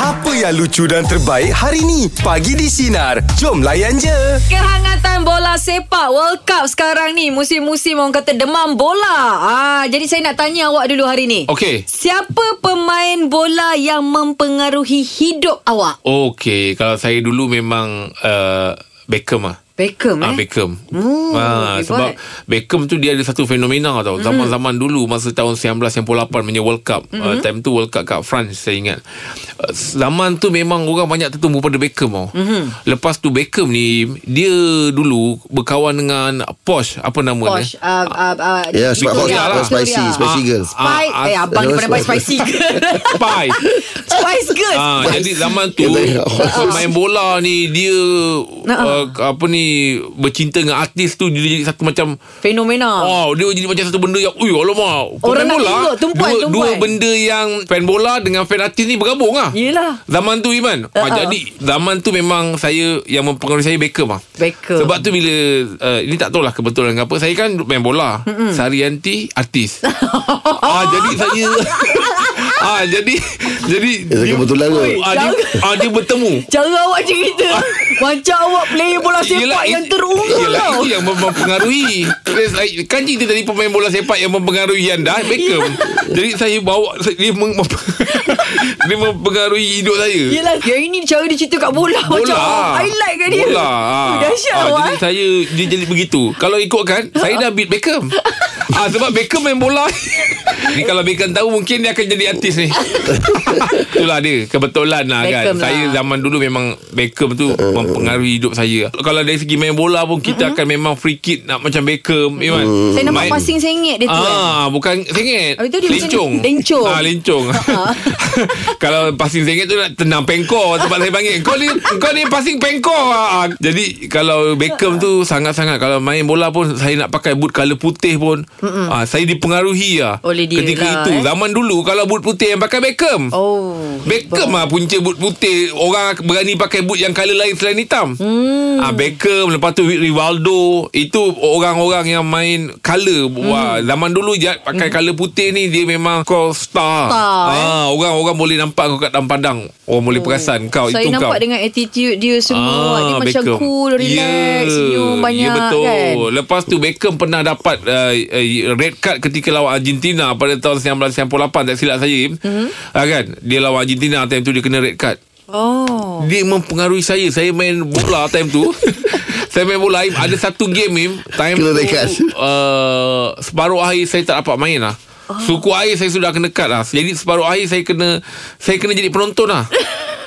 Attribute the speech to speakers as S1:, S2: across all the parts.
S1: Apa yang lucu dan terbaik hari ni? Pagi di Sinar. Jom layan je.
S2: Kehangatan bola sepak World Cup sekarang ni Musim-musim orang kata demam bola ah, Jadi saya nak tanya awak dulu hari ni
S3: Okey.
S2: Siapa pemain bola yang mempengaruhi hidup awak?
S3: Okey, kalau saya dulu memang uh, Beckham ah.
S2: Beckham
S3: Ah
S2: eh?
S3: Beckham.
S2: Hmm,
S3: ah,
S2: hebat.
S3: sebab Beckham tu dia ada satu fenomena tau. Zaman-zaman dulu masa tahun 1998 punya World Cup. Mm-hmm. Uh,
S2: Hmm.
S3: time tu World Cup kat France saya ingat. Uh, zaman tu memang orang banyak tertumpu pada Beckham tau.
S2: Hmm.
S3: Mm-hmm. Lepas tu Beckham ni dia dulu berkawan dengan Posh apa nama
S2: Posh
S3: dia?
S2: uh, uh, uh,
S4: Ya, sebab
S3: Victoria lah.
S4: Victoria, spicy, spicy girl.
S2: Spice
S3: Ah, ah,
S2: Eh abang ni pandai spicy girl
S3: Spice.
S2: Spice girl
S3: Ah, jadi zaman tu
S4: Ya, tak.
S3: pemain bola ni dia
S2: Ah.
S3: uh, apa ni bercinta dengan artis tu dia jadi satu macam
S2: Fenomena
S3: Oh, dia jadi macam satu benda yang Ui, alamak
S2: Ah. Orang nak
S3: pemain
S2: tengok, tumpuan,
S3: dua,
S2: tumpuan.
S3: dua benda yang Fan bola dengan fan artis ni bergabung lah
S2: Yelah.
S3: Zaman tu Iman uh,
S2: Uh-uh.
S3: Jadi zaman tu memang saya Yang mempengaruhi saya Beckham lah
S2: Beckham.
S3: Sebab tu bila uh, Ini tak tahulah kebetulan ke apa Saya kan main bola Mm-mm. Sarianti artis ah, Jadi saya ah, Jadi Jadi
S4: Eh, kebetulan ke?
S3: ah, dia, ah, dia bertemu
S2: Cara awak cerita Macam awak player bola sepak
S3: Ah. Yelah,
S2: yang
S3: it-
S2: terunggul
S3: Yelah
S2: tau
S3: itu yang mem- mempengaruhi Saya- saya- Kan cerita tadi pemain bola sepak Yang mempengaruhi anda Beckham Jadi saya bawa saya- Dia, mem- mem- dia mempengaruhi hidup saya
S2: Yelah Yang ini cara dia cerita kat bola, Macam orang highlight kat dia
S3: Bola
S2: oh,
S3: ah.
S2: Dahsyat
S3: Ah,
S2: awak
S3: Jadi
S2: eh.
S3: saya Dia jadi begitu Kalau ikutkan Saya dah beat Beckham ah, Sebab Beckham main bola Ni kalau Beckham tahu Mungkin dia akan jadi artis ni Itulah dia Kebetulan lah
S2: Beckham
S3: kan
S2: lah.
S3: Saya zaman dulu memang Beckham tu Mempengaruhi hidup saya Kalau dari segi main bola pun Kita akan memang free kick Nak macam Beckham Iman
S2: Saya nampak
S3: Main-
S2: passing sengit dia tu eh.
S3: Ah, bukan sengit.
S2: Habis tu dia macam Ha,
S3: lencong.
S2: lencong.
S3: Ah, lencong. Kalau passing sengit tu nak tendang pengkor tempat saya panggil. Kau ni kau ni passing pengkor. Ah, ah. jadi kalau Beckham tu sangat-sangat kalau main bola pun saya nak pakai boot colour putih pun. Ah, saya dipengaruhi ah.
S2: Oleh dia
S3: ketika
S2: lah,
S3: itu
S2: eh.
S3: zaman dulu kalau boot putih yang pakai Beckham.
S2: Oh
S3: Beckham lah punca boot putih Orang berani pakai boot yang colour lain selain hitam hmm. ah, Beckham Lepas tu Rivaldo Itu orang-orang yang main colour hmm. Wah, Zaman dulu je pakai hmm. colour putih ni Dia memang kau star,
S2: Star, eh.
S3: ah, Orang-orang boleh nampak kau kat dalam padang Orang boleh perasan kau
S2: Saya
S3: Itu
S2: nampak
S3: kau
S2: dengan attitude dia semua ah, Dia macam
S3: Beckham.
S2: cool, relax,
S3: Ya,
S2: senyum banyak
S3: ya, betul.
S2: kan
S3: Lepas tu Beckham pernah dapat uh, uh, red card ketika lawan Argentina pada tahun 1998 tak silap saya. Mm-hmm.
S2: Hmm.
S3: Uh, kan? Dia lawan Argentina time tu dia kena red card.
S2: Oh
S3: Dia mempengaruhi saya Saya main bola time tu Saya main bola Im. Ada satu game Im Time tu
S4: Kena dekat.
S3: uh, Separuh akhir saya tak dapat main lah
S2: Oh.
S3: Suku air saya sudah kena cut lah Jadi separuh air saya kena Saya kena jadi penonton lah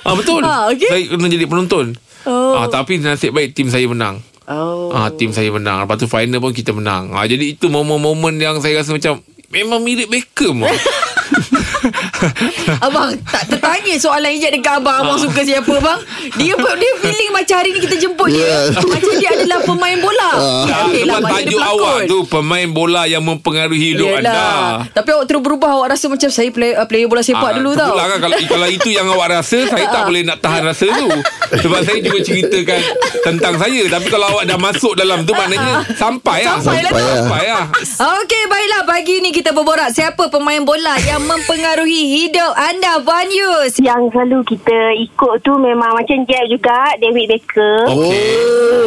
S3: Ah betul.
S2: Ah, okey.
S3: Saya kena jadi penonton.
S2: Oh.
S3: Ah tapi nasib baik tim saya menang.
S2: Oh
S3: Ah tim saya menang. Lepas tu final pun kita menang. Ah jadi itu momen-momen yang saya rasa macam memang mirip Beckham. lah.
S2: Abang tak tertanya soalan ijat dekat abang
S3: Ah.
S2: Abang suka siapa bang Dia dia feeling macam hari ni kita jemput
S4: Yeah.
S2: dia Macam dia adalah pemain bola Ya,
S3: Ah,
S2: okey lah,
S3: sebab
S2: macam dia
S3: tajuk
S2: pelakon.
S3: awak tu pemain bola yang mempengaruhi hidup anda.
S2: Tapi awak terus berubah Awak rasa macam Saya play, uh, player bola sepak
S3: Ah,
S2: dulu tau Ah.
S3: terpulang Kan, kalau, kalau itu yang awak rasa Saya tak boleh nak tahan rasa tu Sebab saya cuma ceritakan Tentang saya Tapi kalau awak dah masuk dalam tu Maknanya Sampai
S2: Ah,
S3: lah
S2: Sampai lah tu.
S3: Sampai lah
S2: Okey baiklah Pagi ni kita berborak Siapa pemain bola Yang mempengaruhi hidup anda Wan Yus
S5: Yang selalu kita ikut tu memang macam Jack juga, David Beckham.
S3: Okay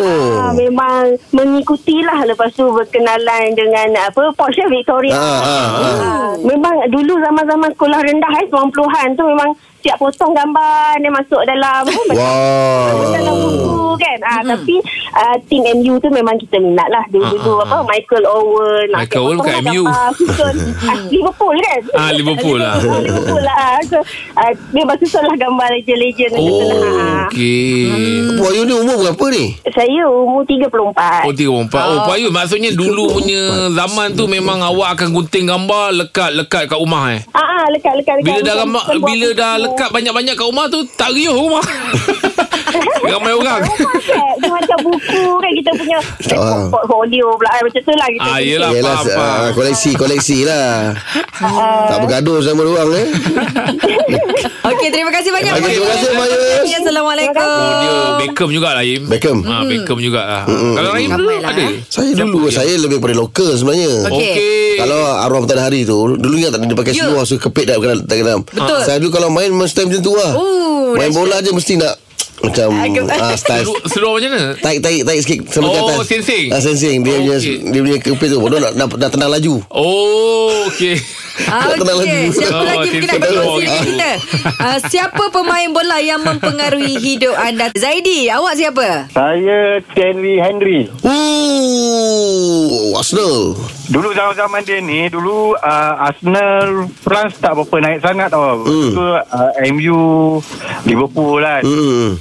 S4: Oh.
S5: Ah, memang mengikutilah lepas tu berkenalan dengan apa Porsche Victoria.
S4: Ah, ah, ah.
S5: Ah, Memang dulu zaman-zaman sekolah rendah eh 90-an tu memang siap potong gambar dia masuk dalam
S3: Oh.
S5: dalam
S4: Wow.
S5: buku kan. Ah tapi ah, team MU tu memang kita minat lah dulu-dulu
S3: Ah, ah,
S5: apa Michael Owen. Ah,
S3: Michael
S5: siap
S3: Owen
S5: potong
S3: bukan
S5: lah
S3: MU.
S5: gambar susun. Ah, Liverpool kan.
S3: Ah, Liverpool lah.
S5: Liverpool lah. So ah, memang susunlah gambar legend-legend macam tu lah.
S3: Oh
S5: Ah.
S3: Okay
S2: Hmm.
S4: Wah, you ni umur berapa ni?
S5: Saya umur 34.
S3: Oh tiga puluh empat Oh Pak Yu Maksudnya dulu punya Zaman tu memang awak akan gunting gambar Lekat-lekat kat rumah eh
S5: Ah, ah, lekat lekat lekat.
S3: Bila dah
S5: Bukan-
S3: lama,
S5: bukan buat
S3: bila
S5: apa
S3: dah
S5: semua.
S3: lekat banyak-banyak kat rumah tu tak riuh rumah. Ramai orang.
S5: Rumah kan Dia macam buku kan Kita punya
S4: Tak faham.
S5: Portfolio pula eh, Macam tu lah kita
S3: Ah,
S5: punya.
S3: yelah. Tak
S4: Yelah,
S3: apa-apa.
S4: ah, koleksi, koleksi lah. tak bergaduh sama orang eh.
S2: Okey terima kasih banyak
S4: Okey, terima kasih, Wan Yus.
S2: Assalamualaikum
S3: Dia Beckham jugalah Im.
S4: Beckham.
S3: Ha, Beckham jugalah. Kalau Rahim
S2: Ramai
S3: dulu
S2: lah,
S3: ada.
S2: eh.
S4: Saya dulu, saya lebih pada lokal sebenarnya.
S2: Okey.
S3: Okey.
S4: Kalau arwah petang hari tu Dulu ingat tak dia pakai
S2: Ya.
S4: seluar So kepit tak kena tak kena
S2: Betul.
S4: Saya dulu kalau main Mesti time macam tu lah
S2: Ooh.
S4: Main
S2: dahsyat.
S4: bola je mesti nak Macam
S2: Agak-
S4: ah, Style
S3: Seluar- Seluar macam mana?
S4: Tarik tarik tarik sikit sampai ke
S3: Oh,
S4: atas.
S3: sensing.
S4: Ah, sensing. Dia
S3: Oh,
S4: punya
S3: okey.
S4: dia punya kepit tu. Bodoh nak, nak, nak tendang laju.
S3: Oh, okay.
S2: Ah,
S4: Tak kenal
S2: Okey,
S4: lagu.
S2: siapa
S3: Oh,
S2: lagi mungkin nak
S3: Tim
S2: bagi
S3: Tebow
S2: kongsi dengan
S3: gitu.
S2: kita? Ah, siapa pemain bola yang mempengaruhi hidup anda? Zaidi, awak siapa?
S6: Saya Terry Henry.
S4: Ooh, Arsenal.
S6: Dulu zaman-zaman dia ni, dulu uh, Arsenal France tak berapa naik sangat tau.
S4: Hmm.
S6: Hmm. Tu uh, MU, Liverpool kan. Hmm.
S4: Hmm.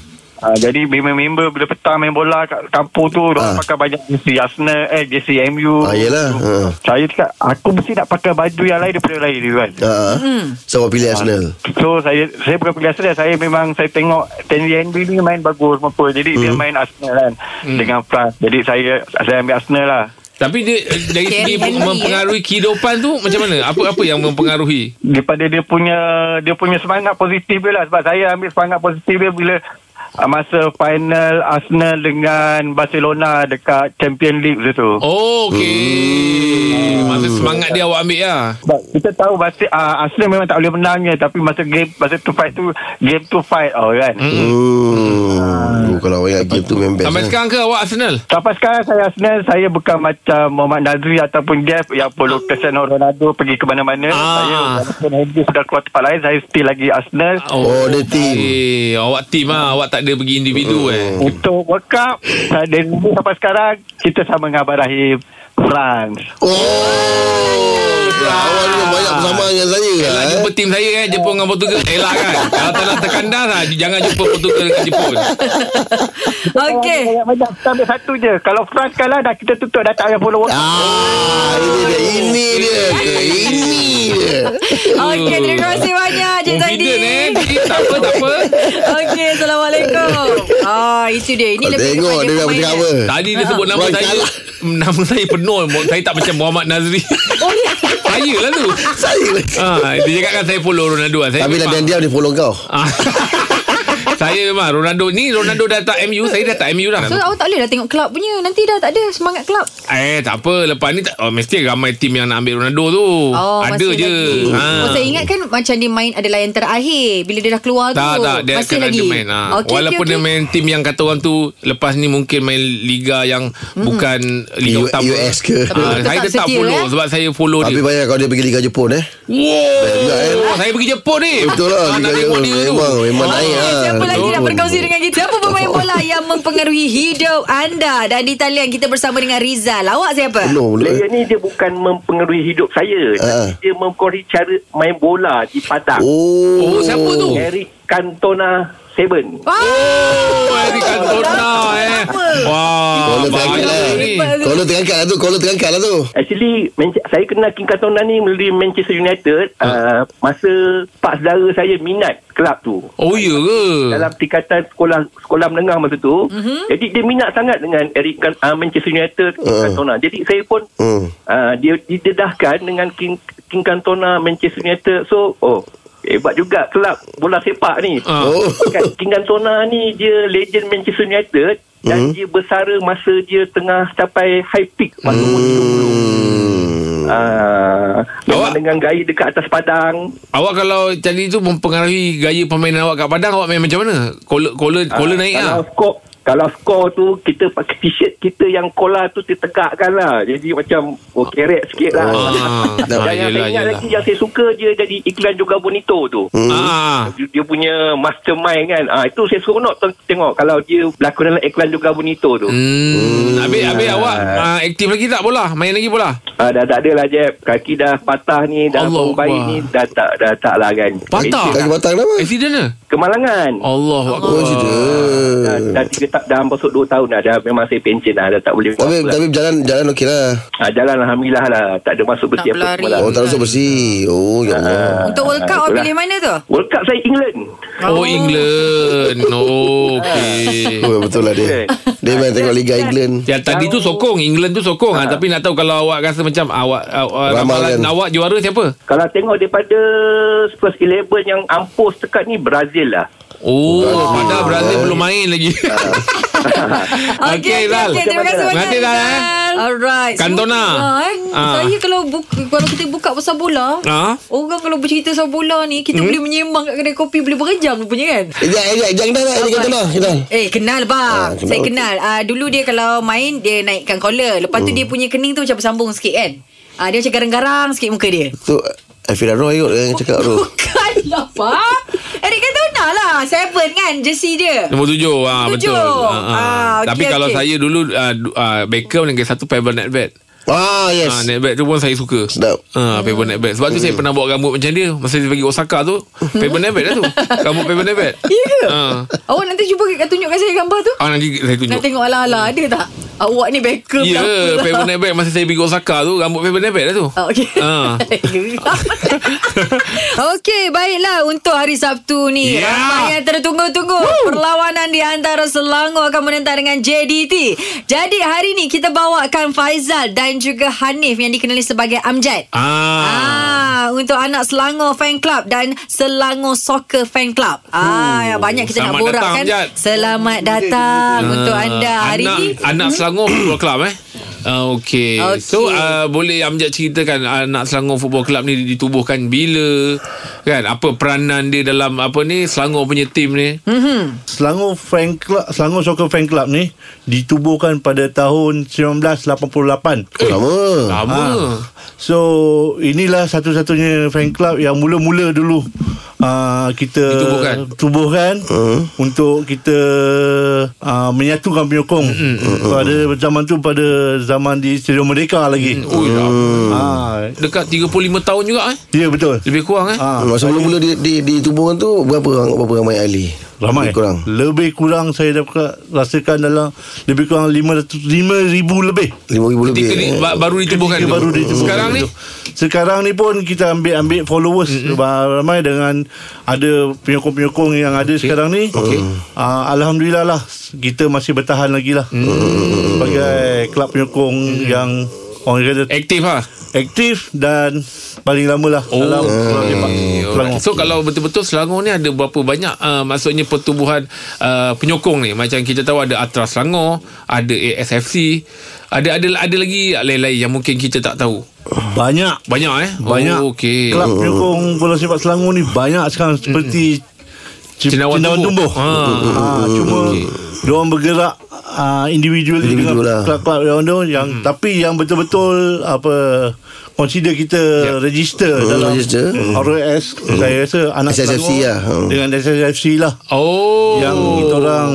S6: Uh, jadi member-member bila petang main bola kat kampung tu,
S4: Ah.
S6: ah. pakai banyak jersey Arsenal, eh jersey MU.
S4: Ah, yelah. Ah.
S6: Saya cakap, aku mesti nak pakai baju yang lain daripada lain dulu kan.
S4: Ah.
S2: Hmm.
S4: So, awak pilih Arsenal.
S6: So saya saya bukan pilih Arsenal Saya memang saya tengok Terry Henry ni main bagus apa. Jadi
S4: Hmm.
S6: dia main Arsenal kan Dengan France Jadi saya saya ambil Arsenal lah
S3: Tapi dia eh, dari segi
S2: Terry Henry, eh?
S3: mempengaruhi kehidupan tu macam mana? Apa-apa yang mempengaruhi?
S6: daripada dia punya dia punya semangat positif dia lah sebab saya ambil semangat positif dia bila ah, masa final Arsenal dengan Barcelona dekat Champion League tu tu.
S3: Oh, okay.
S4: Hmm.
S3: Masa semangat dia awak ambil lah.
S6: Sebab kita tahu Basi, uh, Arsenal memang tak boleh menangnya tapi masa game masa tu fight tu game tu fight oh kan. Hmm.
S4: Hmm. Kalau awak ingat game tu memang best.
S3: Sampai
S4: eh.
S3: sekarang ke awak Arsenal?
S6: Sampai sekarang saya Arsenal saya bukan macam Muhammad Nazri ataupun Jeff yang perlu Cristiano Ronaldo pergi ke mana-mana.
S3: Ah.
S6: Saya walaupun Henry sudah keluar tempat lain saya still lagi Arsenal.
S3: Ah,
S4: Oh, dia team. Hmm.
S3: Eh, awak team lah. Awak tak ada pergi individu eh.
S6: Untuk World Cup uh, Dari dulu sampai sekarang Kita sama dengan Abang Rahim France
S4: Oh. Awak ni banyak bersama dengan saya.
S3: Elah
S4: eh.
S3: jumpa tim saya eh Jepun dengan Portugal Elah kan Kalau tak nak terkandar lah Jangan jumpa Portugal dengan Jepun
S2: Okey.
S6: Banyak-banyak Kita ambil satu je Kalau France kalah dah Kita tutup dah tak payah follow World Cup
S4: Ah, ini dia. Ini dia. Ini dia.
S2: Okey, terima kasih banyak Cik Zaidi.
S3: Confident eh Jadi tak apa tak apa
S2: Okey, Assalamualaikum. Ah, itu dia. Ini
S4: Kau
S2: lebih
S4: tengok
S2: kepada
S4: dia nak
S2: pemain
S4: bercakap apa.
S3: Tadi dia sebut nama
S4: Wah,
S3: saya
S4: kalah.
S3: Nama saya penuh Saya tak macam Muhammad Nazri
S2: Oh, ya.
S3: Saya lah tu
S4: Saya lagi.
S3: ha, Dia cakapkan saya follow Ronaldo lah. saya
S4: Tapi lah
S3: memang-
S4: diam-diam dia follow kau.
S3: Ah. Saya memang Ronaldo Ni Ronaldo dah tak MU Saya dah tak MU dah
S2: So awak tak boleh dah tengok kelab punya Nanti dah tak ada semangat kelab
S3: Eh tak apa Lepas ni tak, oh, Mesti ramai tim yang nak ambil Ronaldo tu Oh, Ada
S2: Oh, masih
S3: je Ah.
S2: lagi. Oh, saya ingat kan Macam dia main adalah yang terakhir Bila dia dah keluar
S3: Tak
S2: tu
S3: tak Dia
S2: Masih
S3: akan
S2: lagi
S3: ada main ha.
S2: Okey,
S3: okay,
S2: okey,
S3: Walaupun okay, dia
S2: okey.
S3: main Tim yang kata orang tu Lepas ni mungkin main Liga yang
S2: Hmm.
S3: Bukan Liga
S4: U-
S3: utama
S4: US ke?
S2: Tapi kita
S3: Ah, Saya
S2: tak
S3: tetap
S2: setia,
S3: follow
S2: eh?
S3: Sebab saya follow
S4: Tapi
S3: Oh, dia
S4: banyak kalau dia pergi Liga Jepun eh. juga, eh.
S3: Wow Oh, Saya pergi Jepun ni
S4: Betul lah
S3: Ah, Nak
S4: Liga
S3: tengok
S4: Jepun.
S3: dia tu Ah.
S4: Memang memang naik
S2: Okey,
S7: Ah,
S4: lah.
S2: Siapa lagi nak
S3: betul.
S2: berkongsi dengan kita Siapa pemain
S7: Oh.
S2: bola yang mempengaruhi hidup anda Dan di talian kita bersama dengan Rizal Awak siapa?
S4: Belum belum.
S7: Player ni dia bukan mempengaruhi hidup saya
S4: Ah.
S7: Tapi Dia mempengaruhi cara main bola di padang
S4: Oh.
S3: Oh, siapa tu?
S7: Eric Cantona Seven
S2: Oh,
S3: Oh Eric Cantona eh Wah
S4: Kalau
S3: Ah,
S4: terangkat
S3: Banyak
S4: lah
S3: ni
S4: Kalau terangkat lah tu Kalau terangkat lah tu
S7: Actually Man- Saya kenal King Cantona ni Melalui Manchester United uh, Masa Pak saudara saya minat Kelab tu
S3: Oh ya ke
S7: dalam tingkatan sekolah sekolah menengah masa tu
S3: Mhm.
S7: mm-hmm. jadi dia minat sangat dengan Eric Can- uh, Manchester United King
S4: Uh.
S7: Cantona jadi saya pun
S4: Hmm.
S7: uh, dia didedahkan dengan King, King Cantona Manchester United so oh hebat juga kelab bola sepak ni
S3: Ah.
S4: Oh.
S7: kan King Cantona ni dia legend Manchester United dan
S4: Hmm.
S7: dia bersara masa dia tengah capai high peak masa umur
S4: Hmm.
S7: 30 uh, memang
S3: Awak-
S7: dengan gaya dekat atas padang
S3: Awak kalau tadi tu mempengaruhi gaya permainan awak kat padang awak main macam mana? Kola kola kola
S7: Ah,
S3: naik
S7: kalau
S3: ah.
S7: skor kalau skor tu kita pakai t-shirt kita yang kola tu ditegakkan lah jadi macam oh keret sikit lah
S4: Oh.
S3: Ah,
S7: Dan
S3: ah, yelah,
S7: yang saya ingat
S3: yelah.
S7: lagi yang saya suka dia jadi iklan juga bonito tu
S3: Ah,
S7: dia, dia punya mastermind kan ah, itu saya seronok teng- tengok kalau dia berlakon dalam iklan juga bonito tu
S3: Hmm. Habis, habis awak uh, aktif lagi tak bola? Main lagi bola?
S7: ah, dah tak ada lah Jeb kaki dah patah ni dah
S3: Allah
S7: baru bayi
S3: Akbar.
S7: ni dah tak dah tak lah kan
S3: Patah?
S7: Mesin
S4: Kaki
S7: dah-
S4: batang kenapa?
S3: Accident ke?
S7: kemalangan
S3: Allah
S4: Oh cerita
S7: Dah, dah tiga tak dah masuk dua tahun dah, dah memang saya pencen dah, dah tak boleh buat
S4: Tapi
S7: apa lah.
S4: tapi jalan jalan okey lah
S7: Ah, jalan Alhamdulillah lah. Tak ada masuk
S2: Tak
S7: besi apa
S2: berlari.
S7: semua lah.
S4: Oh tak masuk bersih Oh ya Allah
S2: Untuk World Cup
S7: Ah,
S2: awak
S7: itulah.
S2: pilih mana tu?
S7: World Cup saya England.
S3: Oh, England. Oh, okay.
S4: Oh betul lah dia Dia main tengok Liga England
S3: Ya tadi tu sokong England tu sokong ha.
S7: Ah.
S3: Tapi nak tahu Kalau awak rasa macam Awak awak,
S4: Ramalkan.
S3: ramalan awak juara siapa
S7: Kalau tengok daripada Spurs 11 yang ampus dekat ni Brazil lah.
S3: Oh, oh Padahal Brazil belum main lagi
S2: Okey,
S4: Ah.
S3: Okey,
S2: okey,
S3: Rizal.
S2: okey, terima kasih banyak
S3: Nanti, Rizal, eh.
S2: Rizal Alright.
S3: Kantona.
S2: Semua- Ha, eh.
S3: Ah.
S2: Saya kalau buka, kalau kita buka pasal bola,
S3: Ah. Mhm.
S2: orang kalau bercerita pasal bola ni, kita boleh menyembang kat kedai kopi boleh berjam rupanya kan.
S4: Ejak, ejak, ejak kenal tak? Ejak
S2: Apa?
S4: kenal, kenal.
S2: Eh kenal bang
S4: Ah, kenal.
S2: Saya kenal uh, Dulu dia kalau main Dia naikkan collar Lepas tu
S4: Hmm.
S2: dia punya kening tu Macam bersambung sikit kan uh, Dia macam garang-garang sikit muka dia
S4: Tu, Afira Roh ikut yang cakap Roh.
S2: Bukan lah bang Eric Cantona lah Seven kan Jersey dia
S3: Nombor tujuh ah,
S2: Tujuh.
S3: Betul ah, ah.
S2: Ah, okey,
S3: Tapi kalau
S2: okey.
S3: saya dulu ah, du- ah, Beckham dengan satu Pebble net bet Ah,
S4: Ah, yes.
S3: net bet tu pun saya suka
S4: Sedap.
S3: Ah,
S4: Hmm.
S3: Pebble net bet Sebab tu saya pernah buat rambut macam dia Masa dia pergi Osaka tu Pebble net bet lah tu Rambut Pebble net bet
S2: Hmm. Ya ke?
S3: Ah.
S2: Awak nanti cuba kat- tunjukkan saya gambar tu
S3: Ah, nanti saya tunjuk
S2: Nak tengok ala-ala Ada tak Awak ni backup
S3: Ya, yeah, paper net bag masa saya pergi Osaka tu, rambut paper net bag lah tu.
S2: Oh, okay.
S3: Ah.
S2: Okey, baiklah untuk hari Sabtu ni.
S3: Ya.
S2: Ramai yang tertunggu-tunggu. Perlawanan di antara Selangor akan menentang dengan JDT. Jadi hari ni kita bawakan Faizal dan juga Hanif yang dikenali sebagai Amjad.
S3: Ah.
S2: Ah, untuk anak Selangor Fan Club dan Selangor Soccer Fan Club. Ah, banyak kita nak
S3: Selamat
S2: borak
S3: datang,
S2: kan.
S3: Amjad. Ah.
S2: Selamat datang untuk anda Ah, hari
S3: anak,
S2: ni. Hmm?
S3: Anak Selangor Football Club eh Uh, okay.
S2: Okey.
S3: So uh, boleh Amjad ceritakan ah, anak Selangor Football Club ni ditubuhkan bila kan apa peranan dia dalam apa ni Selangor punya tim ni.
S2: Hmm?
S8: Selangor Fan Club Selangor Soccer Fan Club ni ditubuhkan pada tahun 1988.
S4: Oh, lama.
S3: Lama.
S8: So inilah satu-satunya fan club yang mula-mula dulu uh, kita
S3: Ditubuhkan.
S8: tubuhkan uh.
S4: Uh-huh.
S8: untuk kita uh, menyatukan penyokong pada zaman tu pada zaman di Stadium Merdeka lagi.
S3: Oh, dah.
S8: Ah,
S3: Dekat 35 tahun juga eh.
S8: ya betul.
S3: Lebih kurang eh.
S8: Ah,
S4: Masa mula-mula di, di, di tubuhan tu Berapa orang berapa ramai ahli?
S8: Ramai
S4: Lebih Kurang
S8: Lebih kurang saya dapat Rasakan dalam Lebih kurang 500 5,000 lebih
S4: 5,000 lebih
S3: Ketika ni,
S4: eh.
S3: ba- baru ditubuhkan.
S8: Dia
S3: tu.
S8: baru ditemukan
S3: Sekarang ni
S8: Sekarang ni pun Kita ambil-ambil followers Ramai dengan Ada penyokong-penyokong Yang ada sekarang ni
S3: Okey.
S8: uh, Alhamdulillah lah Kita masih bertahan lagi lah
S3: Mm.
S8: Sebagai Klub penyokong Yang Orang kata
S3: aktif ah.
S8: Aktif Dan Paling lama lah
S3: Oh.
S8: Dalam Pulau Lepak
S3: Alright.
S8: Selangor
S3: So kalau betul-betul Selangor ni ada berapa banyak uh, maksudnya pertubuhan uh, penyokong ni macam kita tahu ada Atra Selangor, ada ASFC, ada ada ada lagi lain-lain yang mungkin kita tak tahu.
S8: Banyak
S3: Banyak eh?
S8: Banyak
S3: Oh, okey.
S4: Uh-huh.
S8: Kelab penyokong bola sepak Selangor ni Banyak sekarang Seperti Cip-
S3: Cendawan Tumbuh.
S8: Tumbuh,
S3: Ah.
S8: Ah, Cuma
S4: Uh-huh.
S3: Okey.
S8: Diorang bergerak uh, Individually
S4: Individu lah. Hmm.
S8: Dengan kelab-kelab yang, tu, yang Tapi yang betul-betul Apa Consider kita
S3: Yep.
S8: Register
S4: Hmm,
S8: Dalam
S4: register.
S8: ROS Saya rasa Anak
S4: SSFC
S8: Selangor
S4: lah. Hmm.
S8: Dengan SSFC lah
S3: Oh.
S8: Yang kita orang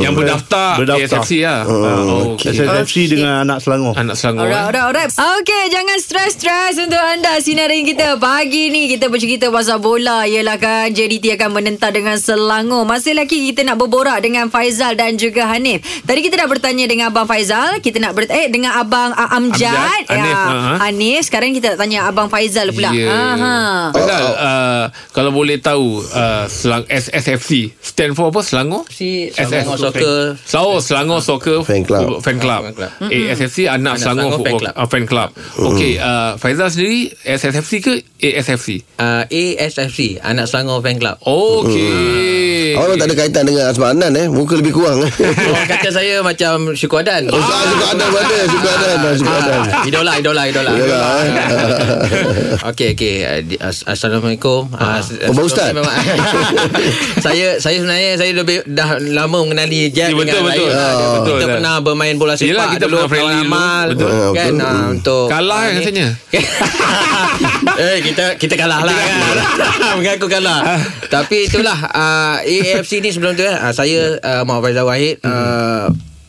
S3: yang berdaftar,
S8: Berdaftar.
S3: ASFC lah. Oh, okey.
S8: SSFC dengan anak Selangor
S3: Anak Selangor.
S2: Alright,
S3: eh?
S2: alright, alright. Okey, jangan stres-stres untuk anda sinarin kita. Pagi ni kita bercerita pasal bola. Yelah kan, JDT akan menentang dengan Selangor. Masih lagi kita nak berborak dengan Faizal dan juga Hanif. Tadi kita dah bertanya dengan Abang Faizal. Kita nak bertanya eh, dengan Abang uh, Amjad.
S3: Amjad, Hanif, ha.
S2: Hanif. Sekarang kita nak tanya Abang Faizal pula.
S3: Ya.
S2: Aha.
S3: Padahal
S4: Oh,
S3: uh, kalau boleh tahu uh, Selang SSFC stand for apa Selangor?
S7: Si-
S3: Selangor
S7: Selangor Soccer. Ah,
S3: Selangor Selangor Soccer
S4: Fan Club.
S3: Football- Fan Club. Eh,
S7: Fan Club.
S3: ASFC anak Selangor
S7: Selangor Fan
S3: Football
S7: Club.
S3: ah, Fan Club. Okey, uh, Faizal sendiri SSFC ke ASFC?
S7: Uh, ASFC Anak Selangor Fan Club
S3: Okey.
S4: Awak
S7: Ah.
S4: memang tak ada kaitan dengan Azman Anan eh Muka lebih kurang eh
S7: Orang kata saya macam Syukur Adan
S4: Oh, ah, suka Adan brother Suka Adan ah, Suka Adan
S7: Ah, Idola, idola, idola.
S4: Idola, eh.
S7: Okey, okey. Ah, di- as- Assalamualaikum. Ah, se-
S4: Oh, Pak Ustaz.
S7: memang- saya saya sebenarnya saya lebih dah lama mengenali Jack
S3: Ya,
S7: dengan
S3: betul, betul.
S7: Ryan.
S3: Ah,
S7: kita
S3: betul.
S7: pernah bermain bola sepak
S3: Yelah, kita
S7: dulu
S3: pernah friendly
S7: kawan
S3: dulu.
S7: amal
S3: Betul.
S4: Ah,
S7: kan
S4: betul.
S7: ah, untuk
S3: Kalah, kan?
S7: ah, ni.
S3: katanya.
S7: eh kita kita kalah lah kan. Mengaku kalah. Tapi itulah ah, AFC ni sebelum tu eh, ah, saya ah, Muhammad Faizal Wahid ah,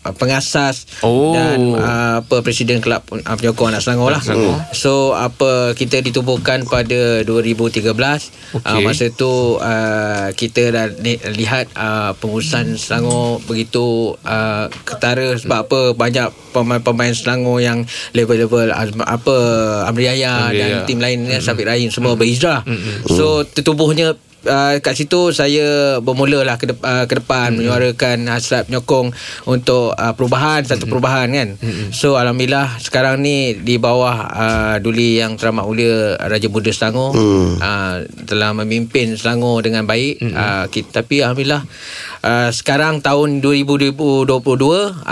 S7: pengasas
S3: Oh.
S7: dan ah, apa presiden kelab uh, penyokong anak Selangor lah.
S3: Selangor.
S7: So apa kita ditubuhkan pada 2013. Okay.
S3: Okey.
S7: ah, masa tu uh, kita dah ni, lihat uh, pengurusan Selangor begitu uh, ketara sebab apa banyak pemain-pemain Selangor yang level-level Azma- apa Amri
S3: Amri
S7: Yahya Ah, dan
S4: ya.
S3: Yahya.
S7: tim lain
S4: Hmm.
S7: mm Syafiq Rahim semua berhijrah. So tertubuhnya Uh, kat situ saya bermula lah ke, de- uh, ke depan menyuarakan hasrat penyokong untuk uh, perubahan satu perubahan kan so Alhamdulillah sekarang ni di bawah uh, duli yang teramat mulia Raja Buddha
S4: Hmm.
S7: Selangor uh, telah memimpin Selangor dengan baik uh, kita, tapi Alhamdulillah uh, sekarang tahun 2022 uh,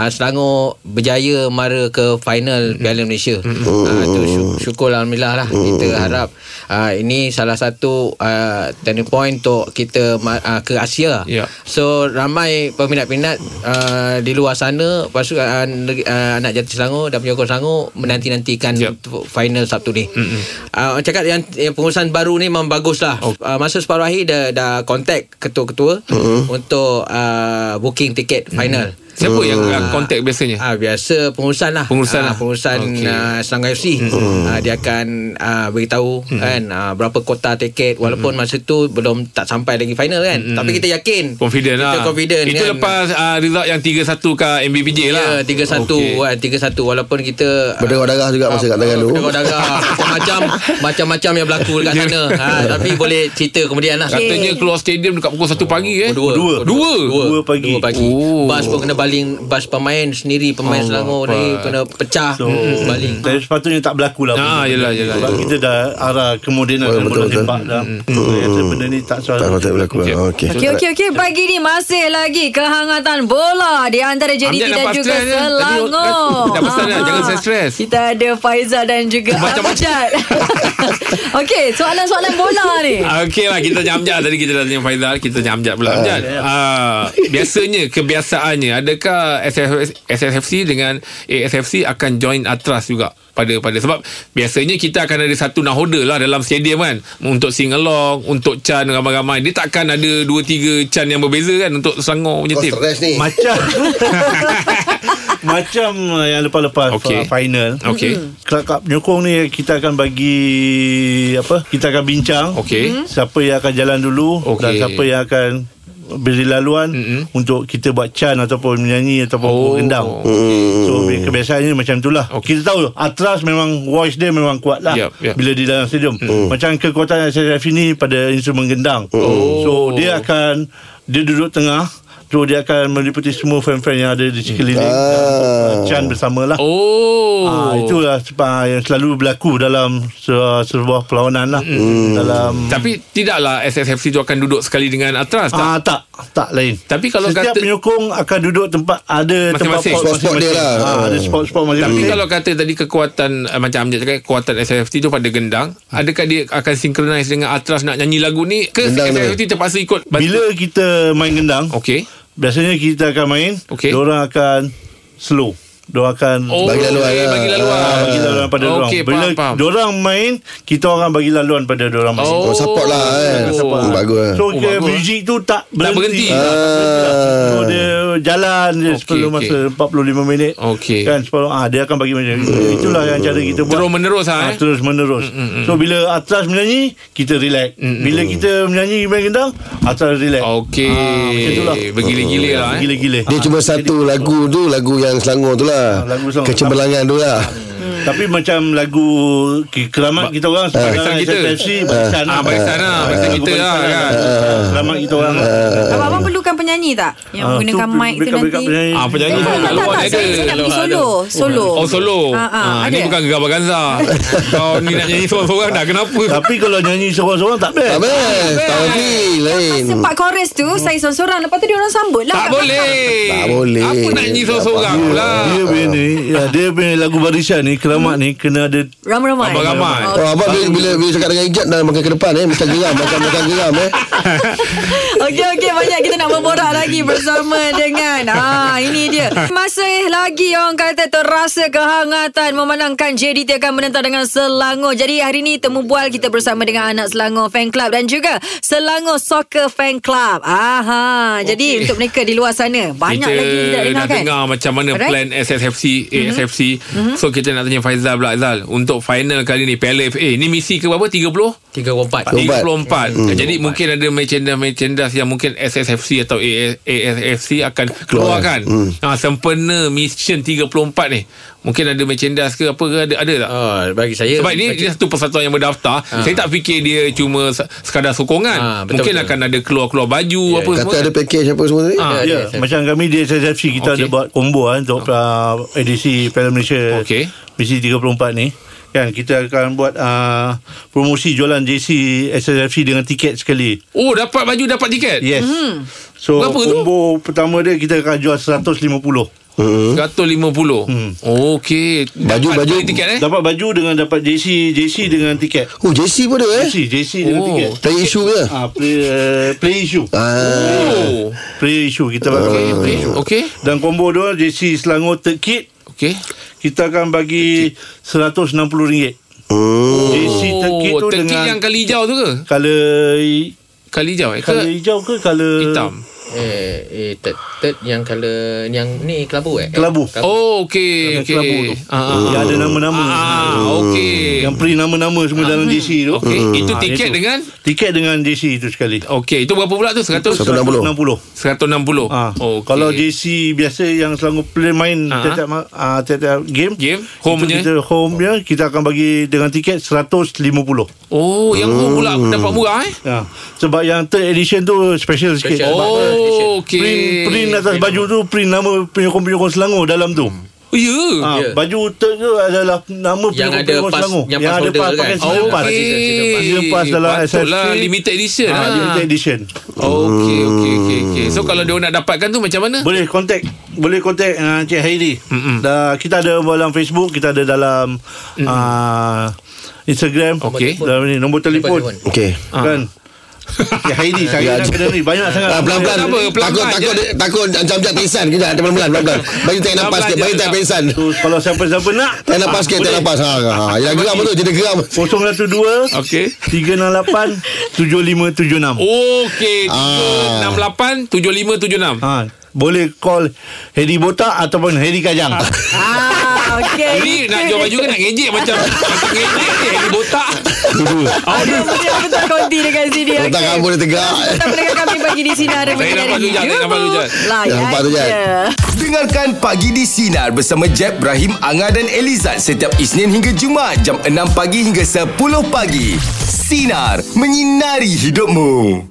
S7: Selangor berjaya mara ke final Piala Malaysia. Uh, tu sy- syukur alhamdulillah lah. Kita harap uh, ini salah satu uh, turning point untuk kita ma- uh, ke Asia.
S3: Ya.
S7: So ramai peminat-peminat uh, di luar sana lepas tu uh, negeri- uh, anak jati Selangor dan penyokong Selangor menanti-nantikan
S3: Yep.
S7: tu- final Sabtu ni. Uh, orang cakap yang, yang pengurusan baru ni memang bagus lah.
S3: Oh.
S7: Uh, masa separuh akhir dah, dah contact ketua-ketua untuk uh, booking tiket final.
S3: Siapa yang uh, contact biasanya?
S7: Ah biasa pengurusan lah.
S3: Pengurusan
S7: ah,
S3: lah.
S7: pengurusan
S3: Okey.
S7: okay. uh, Selangor FC. Hmm. Ah, dia akan ah, beritahu hmm. kan ah, berapa kota tiket walaupun masa tu belum tak sampai lagi final kan. Hmm. Tapi kita yakin.
S3: Confident
S7: kita
S3: lah
S7: confident
S3: Itu
S7: kan.
S3: lepas uh, result yang 3-1 kat MBBJ
S7: Ya,
S3: lah
S7: 3-1
S3: Okey.
S7: okay. 3-1 walaupun kita ah,
S4: Berdengok darah juga masa kat tangan tu.
S7: Tengok darah Macam Macam-macam yang berlaku dekat
S3: Ya.
S7: sana ha, Tapi boleh cerita kemudian lah
S3: Katanya keluar stadium dekat pukul 1 pagi eh
S7: Dua.
S8: Dua.
S3: Dua?
S8: Dua pagi.
S7: Dua pagi.
S3: Oh.
S7: Bas pun kena baling bas pemain sendiri pemain
S3: Allah
S7: Selangor ni
S3: Akbar.
S7: kena pecah
S8: So,
S7: baling.
S8: Tapi sepatutnya tak berlaku lah.
S3: Ah, yelah, yelah.
S8: Sebab kita dah arah kemodenan
S4: Oh,
S8: oh,
S4: betul,
S8: bola
S4: betul.
S8: sepak dah. Saya rasa benda ni tak soal.
S4: Tak patut berlaku
S3: Okey.
S4: lah. Okey
S2: Okey, okey, okey. Pagi ni masih lagi kehangatan bola di antara JDT
S3: Amjad
S2: dan
S3: nampak
S2: juga
S3: stress, eh? Tadi
S2: Selangor.
S3: dah- dah pesan dah,
S2: Ah.
S3: jangan saya stress.
S2: Kita ada Faizal dan juga
S3: Macam-
S2: Amjad. okey, soalan-soalan bola ni.
S3: Ah, Okey lah Kita jam-jam Tadi kita dah tanya Faizal Kita jam-jam pula Amjad ah, Biasanya Kebiasaannya Adakah SSF, SSFC dengan ASFC Akan join Atras juga pada pada sebab biasanya kita akan ada satu nahoda lah dalam stadium kan untuk sing along untuk chan ramai-ramai dia takkan ada 2 3 chan yang berbeza kan untuk Selangor punya
S7: Oh,
S4: Kau
S3: tim
S4: stress ni
S8: Macam Macam uh, yang lepas-lepas
S3: Okey.
S8: okay. final Hmm.
S3: Okey.
S8: Kelab-kelab penyokong ni Kita akan bagi Apa Kita akan bincang Hmm.
S3: Okey. Mhm.
S8: Siapa yang akan jalan dulu
S3: Okey.
S8: Dan siapa yang akan Beri laluan
S3: Mhm.
S8: Untuk kita buat can Ataupun menyanyi Ataupun
S3: Oh.
S8: oh. rendang So kebiasaannya macam itulah
S3: Okey.
S8: okay. Kita tahu Atras memang Voice dia memang kuat lah
S3: Yap, yap.
S8: Bila di dalam stadium Macam kekuatan SSF ini Pada instrumen gendang
S3: Oh.
S8: So dia akan Dia duduk tengah So dia akan meliputi semua fan-fan yang ada di sekeliling
S4: Ah.
S8: Chan bersamalah
S3: oh
S8: Ah, itulah sebab yang selalu berlaku dalam se- sebuah perlawanan lah
S4: Hmm.
S8: dalam
S3: Hmm. tapi tidaklah SSFC tu akan duduk sekali dengan Atras tak
S8: ah tak tak lain
S3: Tapi kalau
S8: setiap
S3: kata-
S8: penyokong akan duduk tempat ada tempat
S3: Masing-masing.
S8: pot
S4: Spot-spot dia
S8: masing-masing.
S4: lah.
S8: ah, ada spot-spot
S3: Tapi
S8: masing-masing
S3: kalau kata tadi kekuatan uh, Macam Amjad cakap Kekuatan SFT tu pada gendang
S8: Hmm.
S3: Adakah dia akan synchronize Dengan Atras nak nyanyi lagu ni Ke
S4: Gendang dia.
S3: SFT terpaksa ikut
S8: bila kita main gendang
S3: Okey
S8: biasanya kita akan main
S3: Okey.
S8: diorang akan slow diorang akan
S3: Oh.
S4: Bagi laluan lah.
S3: Bagi laluan
S8: Ah, bagi laluan pada
S3: Okey,
S8: orang. Bila
S3: faham, faham.
S8: orang main, kita orang bagi laluan pada orang masing.
S4: Oh, support lah kan
S3: Oh.
S4: support lah. Bagus lah
S8: So
S3: Oh,
S8: ke
S3: bagus.
S8: muzik tu tak
S3: berhenti.
S8: berhenti. Tak
S4: Ah.
S8: berhenti. So dia jalan dia
S3: Okey,
S8: okay, sebelum
S3: okey.
S8: okay. masa 45 minit.
S3: Okey.
S8: Kan sebelum ah dia akan bagi macam
S4: Hmm.
S8: itulah yang cara kita buat.
S3: Terus menerus lah
S8: Ah,
S3: eh
S8: terus menerus. So bila atas menyanyi, kita relax.
S3: Hmm,
S8: Bila kita menyanyi main gendang, atas relax.
S3: Okey
S8: Ah, macam tu lah.
S3: Bergila-gila lah Oh, eh
S8: Gila-gila.
S4: Dia
S8: Ah,
S4: cuma satu lagu tu Lagu yang Selangor tu lah
S8: Ah, lagu Selangor.
S4: Kecemerlangan tu lah
S8: Tapi macam lagu ke- Keramat kita orang
S3: Barisan
S8: Sekarang
S3: kita.
S8: SFC Barisan
S3: Ah, barisan lah. Barisan kita lah, kan.
S8: Ah, Keramat kita orang
S2: Abang-abang perlukan penyanyi tak? Yang
S8: Ah,
S2: menggunakan
S8: so,
S2: mic tu nanti. Eh,
S8: backup- backup penyanyi.
S3: Ah, penyanyi
S2: Tak,
S3: tu
S2: tak,
S3: laluan
S2: tak.
S3: ada.
S2: Saya, saya nak pergi solo. Solo.
S3: Oh solo
S2: Ah, ah,
S3: ah, Ni
S2: ada.
S3: bukan gegar Baganza Kau ni nak nyanyi seorang-seorang dah Kenapa
S8: Tapi kalau nyanyi seorang-seorang tak best
S4: Tak best Taufik lain
S2: Masa part chorus tu, saya seorang-seorang. Lepas tu dia orang sambut lah.
S3: Tak
S2: kat
S3: boleh
S4: Tak boleh.
S3: Apa nak nyanyi seorang-seorang
S4: Tak
S3: pula
S8: Dia punya ni ya, Dia punya lagu barisan ni Keramat ni Kena ada
S2: belakang. Ramai-ramai.
S3: Ramai-ramai.
S2: Oh,
S4: Oh, abang bila, bila, bila cakap dengan Ijat dah makan ke depan eh Macam geram Macam makan geram eh
S2: Okey okey banyak kita nak berborak lagi bersama dengan ah ini dia. Masih lagi orang kata terasa kehangatan memenangkan JDT akan menentang dengan Selangor. Jadi hari ini temu bual kita bersama dengan anak Selangor Fan Club dan juga Selangor Soccer Fan Club. Aha. Jadi untuk mereka di luar sana banyak
S3: kita
S2: lagi kita dengar
S3: nak
S2: kan.
S3: dengar macam mana
S2: Alright. Mhm.
S3: right? plan SSFC ASFC mm-hmm. so kita nak tanya Faizal pula Zal untuk final kali ni Piala FA ni misi ke berapa 30
S7: Tiga orang empat.
S3: 34 hmm. Jadi mungkin ada merchandise-merchandise Yang mungkin SSFC atau AS- ASFC Akan keluarkan hmm. ha, Sempena mission 34 ni Mungkin ada merchandise ke apa ke Ada, ada tak?
S2: Uh,
S7: Oh,
S8: Ah,
S7: bagi
S2: ya,
S7: saya
S3: Sebab ini dia
S7: bagi,
S3: satu persatuan yang berdaftar
S2: Ha.
S3: Saya tak fikir dia cuma se- Sekadar sokongan
S7: Ah, betul,
S3: Mungkin
S7: betul.
S3: akan ada keluar-keluar baju Apa
S4: ya. Kata
S3: semua
S4: ada package apa semua eh. tadi
S3: Ah.
S7: ada,
S8: Ya,
S7: ada.
S8: macam kami di SSFC
S3: Okey.
S8: kita okay. ada buat combo kan untuk uh, edisi Piala Malaysia
S3: Okey.
S8: misi 34 ni. Kan kita akan buat uh, promosi jualan JC SSFC dengan tiket sekali.
S3: Oh dapat baju dapat tiket
S8: Yes. Mm. So
S3: Berapa tu?
S8: combo pertama dia kita akan jual 150
S3: 150 hmm. Okey
S4: Baju-
S3: Dapat
S4: baju-
S3: beli tiket eh
S8: Dapat baju dengan dapat JC JC dengan tiket
S4: Oh JC pun ada eh
S8: JC JC dengan
S3: Oh.
S8: tiket
S4: Tanya isu ke
S8: Ah, play, uh, play issue
S4: Ah,
S3: Oh
S8: Player issue Kita bakal
S3: Okey
S8: okay.
S3: boleh.
S4: Oh.
S3: Okey
S8: Dan combo dua JC Selangor Third Kit
S3: Okey
S8: Kita akan bagi RM160
S4: hmm.
S8: JC Third Kit tu
S3: Oh Turkey
S8: dengan
S3: yang kali hijau tu ke
S8: Color
S3: Kali hijau eh
S8: Color
S3: ke
S8: hijau ke Color
S3: Hitam
S7: Eh, eh third, third yang color yang ni kelabu eh.
S8: Kelabu.
S7: Kelabu.
S3: Oh okey
S8: Yang kelabu
S3: okey
S8: tu.
S3: Ah, ah.
S8: Yang ada nama-nama Oh.
S3: Ah okey Ah, hmm.
S8: Yang print nama-nama Semua dalam JC tu
S3: Okey
S4: Hmm.
S3: itu
S8: Ah,
S3: tiket
S8: itu.
S3: dengan
S8: Tiket dengan JC itu sekali
S3: Okey itu berapa pula tu 100
S4: Satu- 160.
S8: 160
S3: 160
S8: Ah,
S3: Okey.
S8: Kalau JC biasa yang Selangor play main
S3: Ah.
S8: tiap-tiap ma- ah, tiap-tiap game,
S3: Game,
S8: itu
S3: home-nya.
S8: kita home dia kita akan bagi dengan tiket 150.
S3: Oh yang home pula
S4: Hmm.
S3: dapat murah eh
S8: Ha. Sebab yang third edition tu special sikit.
S7: Special.
S8: Sebab
S3: Oh okey
S8: Print, print atas baju tu print nama penyokong-penyokong Selangor dalam tu.
S3: Ya yeah.
S8: Ha,
S7: Ya.
S8: Baju third tu adalah nama
S7: Yang ada
S8: penyokong-penyokong
S7: pas-
S8: Selangor.
S7: yang pas
S8: ada
S7: holder
S8: pas
S7: kan?
S8: pakai
S7: Oh,
S8: season pass.
S7: okey.
S8: Season pass dalam
S3: Patutlah
S8: SFC.
S3: limited edition
S8: Ha,
S7: Ah.
S3: ha,
S8: limited edition.
S3: Okey okey okey okey. So kalau dia nak dapatkan tu macam mana?
S8: Boleh kontak Boleh kontak uh, Cik Hairi Dah, Kita ada dalam Facebook Kita ada dalam uh, Instagram
S3: Okey.
S8: Dalam ni Nombor telefon,
S7: Telefon,
S4: Okey
S7: Ah.
S8: Kan Cik Hairi
S7: ya.
S8: Saya nak kena ni Banyak sangat
S4: Ah, pelan-pelan.
S3: Tak apa, pelan-pelan
S4: Takut,
S3: je.
S4: takut, dia- takut jam-jam pingsan. Kejap, dia pelan-pelan, pelan-pelan. Bagi tak napas sikit, bagi tak pingsan.
S8: So, kalau siapa-siapa nak
S4: Tak napas sikit, tak napas. Ha, ha, ha. Yang geram tu, jadi geram.
S8: 012
S3: Okey.
S7: Oh.
S8: 368 7576
S3: Okey
S4: Ah.
S3: 368 7576.
S8: ha, Boleh call Heri Botak Ataupun Heri Kajang
S2: Ah, okey.
S3: Ini nak jual baju ke nak ngejek macam macam ngejek ni Hairy botak.
S2: Aduh, betul aku tak konti dekat sini.
S4: Otak
S2: Okey.
S4: kamu dia tegak.
S2: Tetap mendengar kami pagi di sini ada
S3: Saya nampak tu, Jad. Saya nampak tu, Jad.
S2: Lah,
S4: Saya
S2: ya,
S4: nampak tu, Jad.
S1: Dengarkan Pagi di Sinar bersama Jeb, Ibrahim, Anga dan Elizad setiap Isnin hingga Jumaat jam 6 pagi hingga 10 pagi. Sinar, menyinari hidupmu.